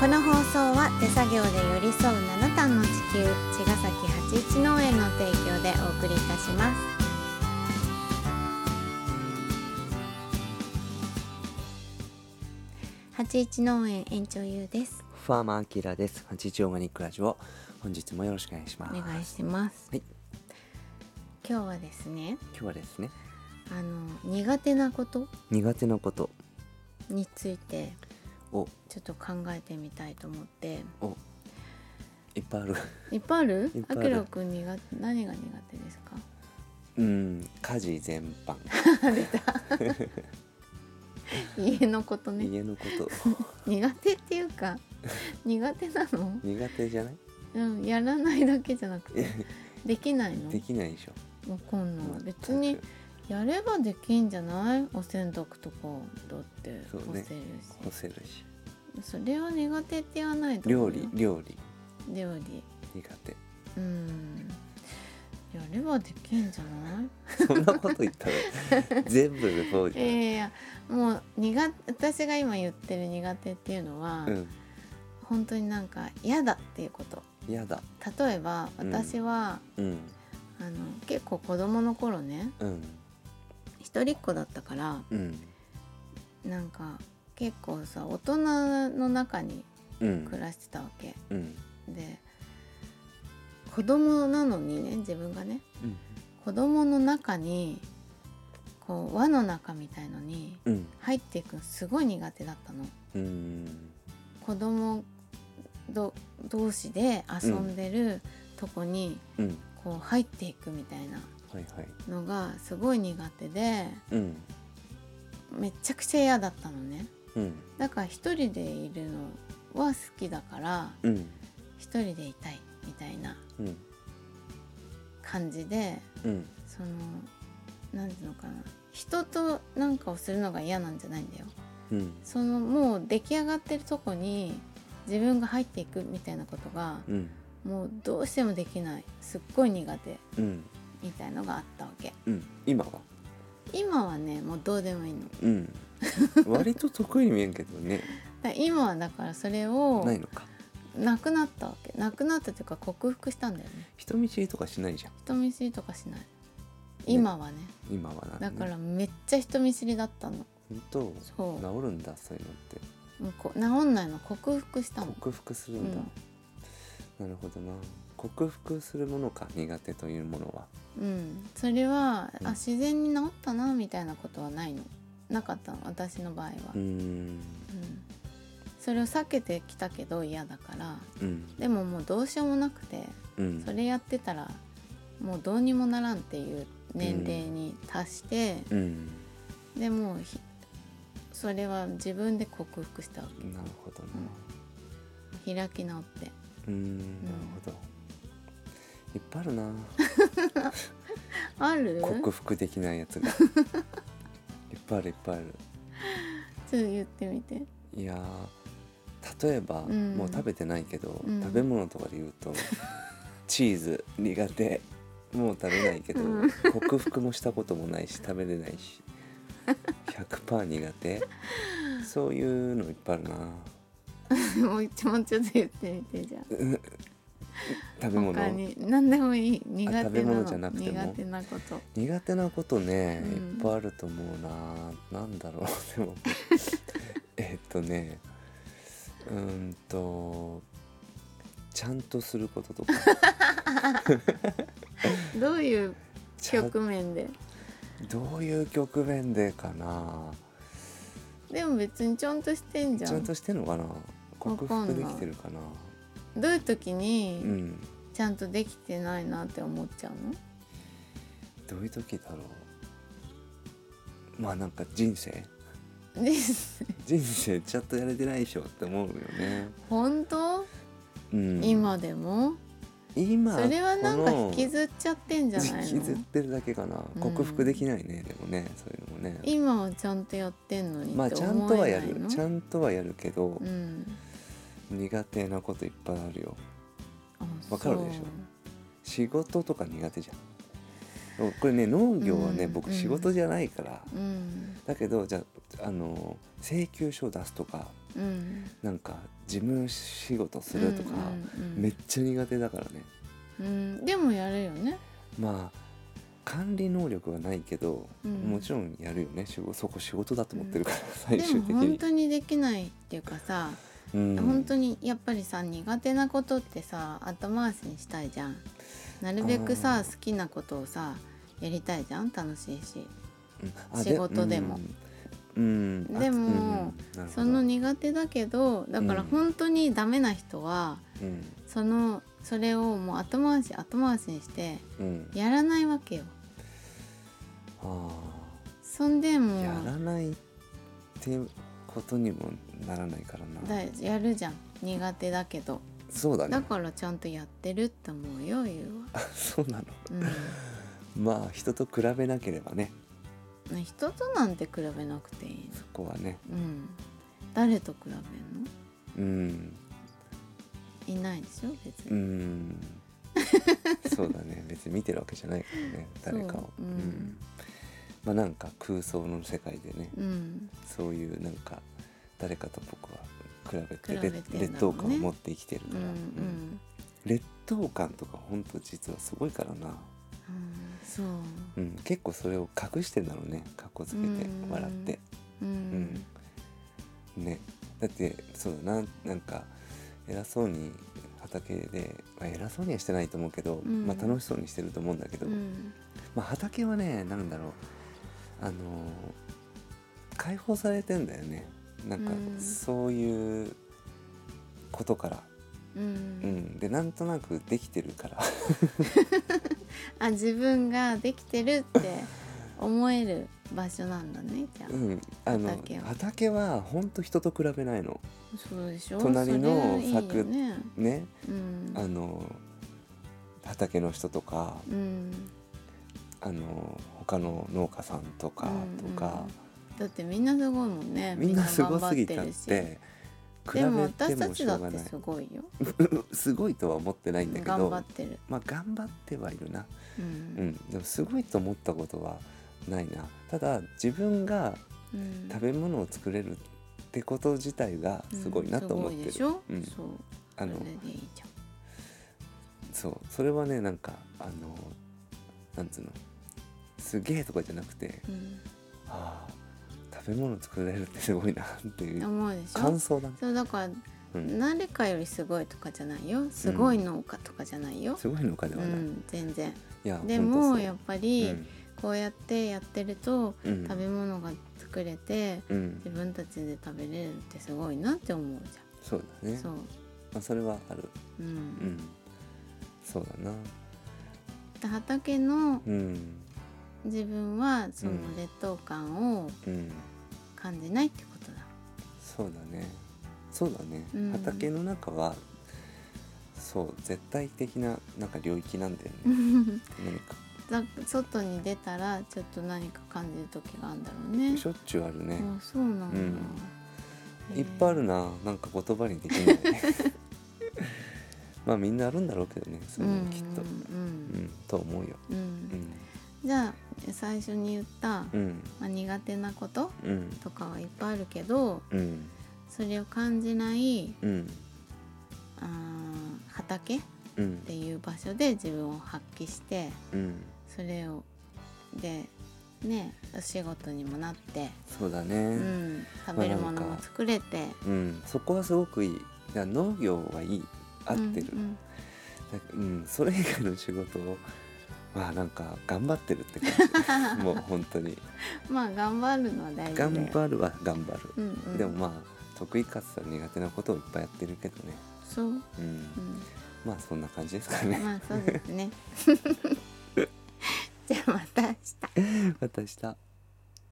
この放送は手作業で寄り添う七段の地球茅ヶ崎八一農園の提供でお送りいたします八一農園園長ゆうですファーマーアキラです。八一オーガニックラジオ。本日もよろしくお願いしまおす。願いします、はい今日はですね今日はですね、あの苦手なこと苦手なことについてをちょっと考えてみたいと思っていっぱいある。 いっぱいあるいっぱあいあるきらくん苦手何が苦手ですかうん、家事全般、家のことね家のこと、 苦手っていう か苦手なの苦手じゃない？うんやらないだけじゃなく てできないのできないでしょ。わかんない全く別にやればできんじゃないお洗濯とかだってそう干ねせるし干せるし、そ,、れは苦手って言わないと思う料よ理料理料理苦手。 うんやればできんじゃないそんなこと言った ら全部でそうじいやいやいやもう苦私が今言ってる苦手っていうのは、ゃん。うん、本当になんか嫌だっていうことやだ。例えばうん私は、うんあの結構子供の頃ねうん一人っ子だったからうんなんか結構さ大人の中にうん暮らしてたわけうんで子供なのにね自分がねうん子供の中にこう輪の中みたいのにうん入っていくのすごい苦手だったの。うん子供ど同士で遊んでるとこにうんこう入っていくみたいなはいはいのがすごい苦手でうんめちゃくちゃ嫌だったのねうんだから一人でいるのは好きだからうん一人でいたいみたいなうん感じでうんその何ていうのかな人となんかをするのが嫌なんじゃないんだようんそのもう出来上がってるとこに自分が入っていくみたいなことがうんもうどうしてもできないすっごい苦手うんみたいのがあったわけうん今は今はねもうどうでもいいのだかうん割と得意に見えんけどねら今はだからそれをないのかなくなったわけなくなったというか克服したんだよね人見知りとかしないじゃん人見知りとかしない今はね今はなんだねからめっちゃ人見知りだったの本当そう治るんだそういうのってもうこう治んないの克服したの克服するんだ、なるほどな克服するものか苦手というものはうんそれは、うんあ自然に治ったなみたいなことはないのなかったの私の場合は、うーんうんそれを避けてきたけど嫌だからうんでももうどうしようもなくてうんそれやってたらもうどうにもならんっていう年齢に達して、うんでもうひそれは自分で克服したわなるほどなけ開き直ってうーんなるほどいっぱいあるなある克服できないや つがいっぱいあるいっぱいあるちょっと言ってみて いやー例えば、うんもう食べてないけど、うん食べ物とかで言う とチーズ苦手もう食べないけど、うん克服もしたこともないし食べれな いし100%苦手そういうのいっぱいあるなもうちょもうちょっと言ってみてじゃあ食べ他物に何でもいい苦手な食べの物じゃなくても苦手なこと苦手なことね、うんいっぱいあると思うななんだろう でもえっとねうーんとちゃんとするこ ととかどういうちゃん局面でどういう局面でかなでも別にちゃんとしてんじゃちゃんんとしてんのかな克わかんな服いできてるかなどういう時うにんちゃんとできてないなって思っちゃうのどういう時だろうまあなんか 人生 です人生ちゃんとやれてないでしょって思うよね、本当うん、今でも今それはなんかこの引きずっちゃってんじゃない引きずっのてるだけかなうん克服できないね、でもねそういうのもね今はちゃんとやってんのにまっあてちゃんと思はえやないるのちゃんとはやるけどう、ん苦手なこといっぱいあるよあわかるでしょ仕事とか苦手じゃんこれね農業はね、うんう僕ん仕事じゃないから、そううんだけどじゃああの請求書を出すとかうんなんか事務仕事するとか、うんうんうんめっちゃ苦手だからねうんでもやるよねまあ管理能力はないけど、うんもちろんやるよね仕事そこ仕事だと思ってるから、で最終も的本に。当にできないっていうかさ、うん本当にやっぱりさ苦手なことってさ後回しにしたいじゃんなるべくあさー好きなことをさやりたいじゃん楽しいしうん仕事でも。あうんうんあでもうんなるほどその苦手だけどだからうん本当にダメな人は、うんそのそれをもう後回し後回しにしてうん、やらないわけよあそんでもーうやらないってことにもならないからな。だやるじゃん苦手だけどそうだね。だからちゃんとやってるって思うよゆうは、そうなの。うまあ人と比べなければねん、人となんて比べなくていいそこはねの、うん、誰と比べんのうんいないでしょ別うに、 んそうだね別に見てるわけじゃないからね誰かをそううんまあなんか空想の世界でねうんそういうなんか誰かと僕は比べて比べてんだろうね劣等感を持って生きてるうんうかんら、うん劣等感とか本当実はすごいからな、うんそううん、結構それを隠してんだろうねかっこつけてうん笑ってううんん、ねだってそうだななんか偉そうに畑で、まあ、偉そうにはしてないと思うけど、うんまあ、楽しそうにしてると思うんだけど、うんまあ、畑はねなんだろうあのー解放されてんだよねなんかうんそういうことから、ううんん、でなんとなくできてるから あ自分ができてるって思える場所なんだねじゃあ、うんあの畑畑はは本当人と比べないのそうでしょ隣のそれいい柵よねねうんあのー畑の人とかうんあの他の農家さんとかとか、だってみんなすごいもんねみんなすごすぎちゃっみんな頑張るして比べでもて私たもちしょだうっがてないすごいよ すごいとは思ってないんだけ頑張っどてる、まあ頑張ってはいるな、ううんん、でもすごいと思ったことはないなただ自分がうん食べ物を作れるってこと自体がすごいなと思っうんすごいてでしる、ょ、うんそうあのそれでいいじゃんそうそれはねなんかあのなんつうのすげえとかじゃなくて、ああ食べ物作れるってすごいなっていうん、う思うでし感ょ想だね、そうだからうん、誰かよりすごいとかじゃないよすごい農家とかじゃないよ、すごいのかでうはない。ん、全然いやで本当もそうやっぱうり、んこうやってやってるとうん食べ物が作れてうん自分たちで食べれるってすごいなって思うじそうだゃん、ねそう、まあ、それはあるう、うんんそうだなで畑のうん自分はそのうん劣等感をうん感じないってことだ、そうだねそうだね、うん畑の中はそう絶対的ななんか領域なんだよね、何かだ外に出たらちょっと何か感じる時があるんだろうねしょっちゅうあるね、あそうなんだ、うんへえいっぱいあるななんか言葉にできない まあみんなあるんだろうけどねそうんうういんうのきっと、うん、と思うようん、ううんんじゃあ最初に言った、うんまあ、苦手なことうんとかはいっぱいあるけどうんそれを感じないうんあー畑っうんていう場所で自分を発揮してうんそれをでねお仕事にもなって、そうだね、うん、食べるものも作れて、うん、そこはすごくいいだから農業はいい合ってる、ううんんうんそれ以外の仕事をまあなんか頑張ってるって感じもう本当にうんまあ頑張るのは大事だよ頑張るは頑張る、うんうん、でもまあ得意かつ苦手なことをいっぱいやってるけどね、そう、 うん、うんまあそんな感じですかね まあそうですねじゃあまた明日 また明日